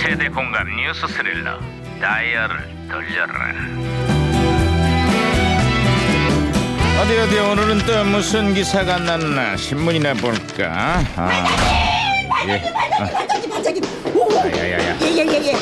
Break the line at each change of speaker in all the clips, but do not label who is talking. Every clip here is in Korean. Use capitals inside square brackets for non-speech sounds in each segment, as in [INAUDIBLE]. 세대 공감 뉴스 스릴러 다이얼을 돌려라
어디 어디 오늘은 또 무슨 기사가 났나 신문이나 볼까? 아, 예.
반장님 반장님 오, 오.
아, 야야야.
예예예예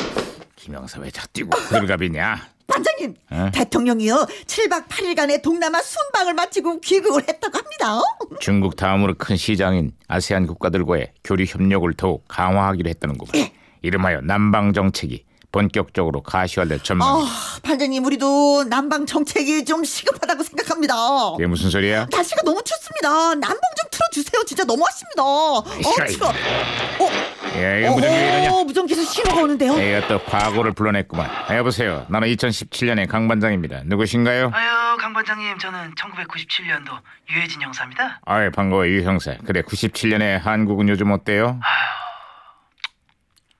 김영사 왜 자꾸 뛰고 들갑이냐?
반장님
어?
대통령이요 7박 8일간의 동남아 순방을 마치고 귀국을 했다고 합니다 어?
중국 다음으로 큰 시장인 아세안 국가들과의 교류 협력을 더욱 강화하기로 했다는구만. 이름하여 남방 정책이 본격적으로 가시화될 전망.
아, 반장님 우리도 남방 정책이 좀 시급하다고 생각합니다
이게 무슨 소리야?
날씨가 너무 춥습니다 남봉 좀 틀어주세요 진짜 너무하십니다 어
아이씨.
추워 어?
야, 예, 이거 무전기 왜 이러냐? 예.
어, 무전기에서 신호가 오는데요
내가 또 과거를 불러냈구만. 아, 여보세요. 나는 2017년의 강 반장입니다. 누구신가요?
아유 강 반장님 저는 1997년도 유해진 형사입니다.
아이 반가워 유 형사. 그래 97년에 한국은 요즘 어때요?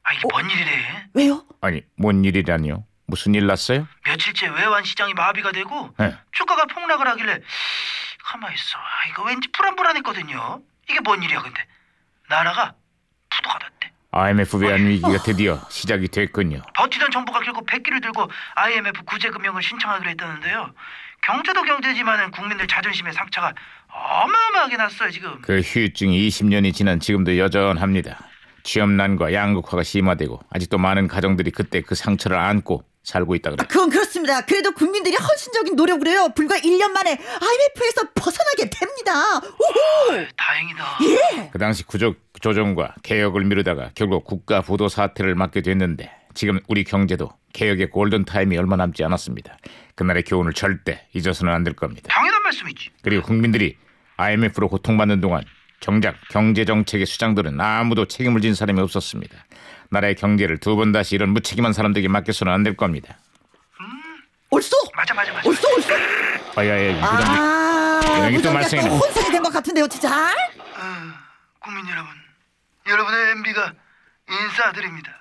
아 이게 뭔 일이래?
왜요?
아니 뭔 일이라니요? 무슨 일 났어요?
며칠째 외환 시장이 마비가 되고
네.
주가가 폭락을 하길래 가만 있어. 아, 이거 왠지 불안불안했거든요. 이게 뭔 일이야 근데 나라가 부도가 났대.
IMF 외환 위기가 드디어 시작이 됐군요.
버티던 정부가 결국 백기를 들고 IMF 구제금융을 신청하기로 했다는데요. 경제도 경제지만은 국민들 자존심의 상처가 어마어마하게 났어요 지금.
그 후유증이 20년이 지난 지금도 여전합니다. 취업난과 양극화가 심화되고 아직도 많은 가정들이 그때 그 상처를 안고 살고 있다 그래.
그건 그렇습니다. 그래도 국민들이 헌신적인 노력을 해요. 불과 1년 만에 IMF에서 벗어나게 됩니다. 오호!
다행이다.
그 당시 구조 조정과 개혁을 미루다가 결국 국가 부도 사태를 맞게 됐는데 지금 우리 경제도 개혁의 골든 타임이 얼마 남지 않았습니다. 그날의 교훈을 절대 잊어서는 안 될 겁니다.
당연한 말씀이지.
그리고 국민들이 IMF로 고통받는 동안 정작 경제 정책의 수장들은 아무도 책임을 진 사람이 없었습니다. 나라의 경제를 두 번 다시 이런 무책임한 사람들에게 맡겨서는 안 될 겁니다.
올쏘!
맞아 맞아 맞아.
올쏘 올쏘!
아야야 부장님.
아,
여기 또
무전기가 또
말썽이네.
혼선이 된 것 같은데요, 진짜.
국민 여러분, 여러분의 MB가 인사드립니다.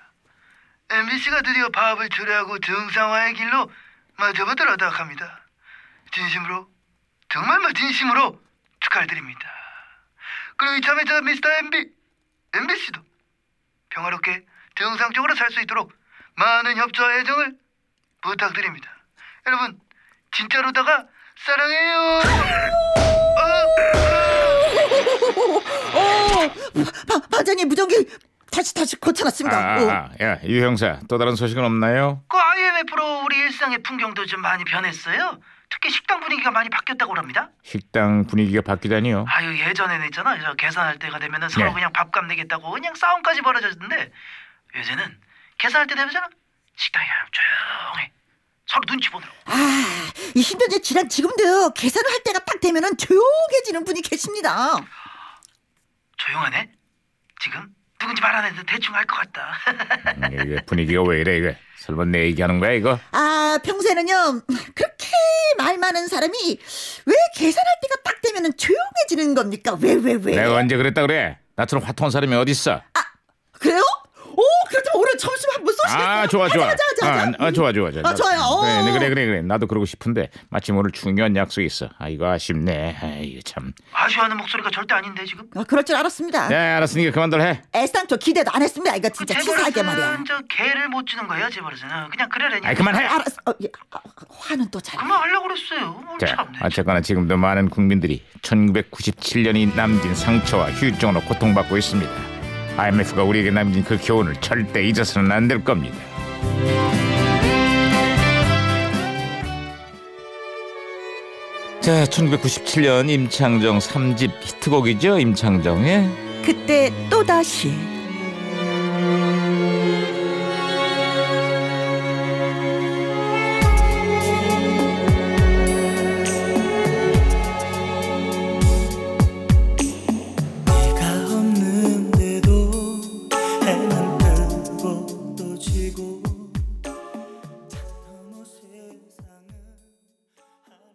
MBC가 드디어 파업을 철회하고 정상화의 길로 마저보도록 합니다. 진심으로, 정말 뭐 진심으로 축하를 드립니다. 그리고 이참에 저 미스터 MB, MBC도 평화롭게 정상적으로 살 수 있도록 많은 협조와 애정을 부탁드립니다. 여러분, 진짜로다가 사랑해요.
오, 바, 반장님 무전기 다시 다시 고쳐놨습니다. 오.
아, 아야유 형사 또 다른 소식은 없나요?
그 IMF로 우리 일상의 풍경도 좀 많이 변했어요. 특히 식당 분위기가 많이 바뀌었다고 합니다.
식당 분위기가 바뀌다니요.
아유 예전에는 있잖아, 저 계산할 때가 되면은 서로
네.
그냥 밥값 내겠다고 그냥 싸움까지 벌어졌는데 요새는 계산할 때 되면잖아 식당이 그냥 조용해. 서로 눈치 보느라고.
아, 이 힘든 일 지난 지금도 계산을 할 때가 딱 되면은 조용해지는 분이 계십니다.
조용하네. 지금 누군지 말 안 해도 대충 알 것 같다. [LAUGHS]
음, 이게 분위기가 왜 이래 이거? 설마 내 얘기하는 거야 이거?
아, 평소에는요, 그렇게 말 많은 사람이 왜 계산할 때가 딱 되면은 조용해지는 겁니까? 왜, 왜, 왜?
내가 언제 그랬다 그래? 나처럼 화통한 사람이 어디 있어?
그래요? 오, 그렇다면 오늘 점심 한번 쏘시겠어요?
아 좋아 좋아
하자, 하자, 하자, 하자.
아, 아, 좋아 좋아 좋아
아, 좋아요. 어.
그래, 네, 그래 그래 그래 나도 그러고 싶은데 마침 오늘 중요한 약속이 있어 아 이거 아쉽네 아 이거 참
아쉬워하는 목소리가 절대 아닌데 지금.
아, 그럴 줄 알았습니다.
네, 알았으니까 그만들 해
애상초 기대도 안 했습니다. 이거 진짜
아,
치사하게 말이야.
재벌은 저 개를 못 주는 거예요, 재벌은. 어, 그냥 그래라니.
아이 그만해
알았어. 어, 예. 아, 화는 또 잘.
그만 하려고 그랬어요. 뭘
자 아,
참네.
어쨌거나 지금도 많은 국민들이 1997년이 남긴 상처와 후유증으로 고통받고 있습니다 IMF가 우리에게 남긴 그 교훈을 절대 잊어서는 안 될 겁니다 자 1997년 임창정 3집 히트곡이죠 임창정의
그때 또다시.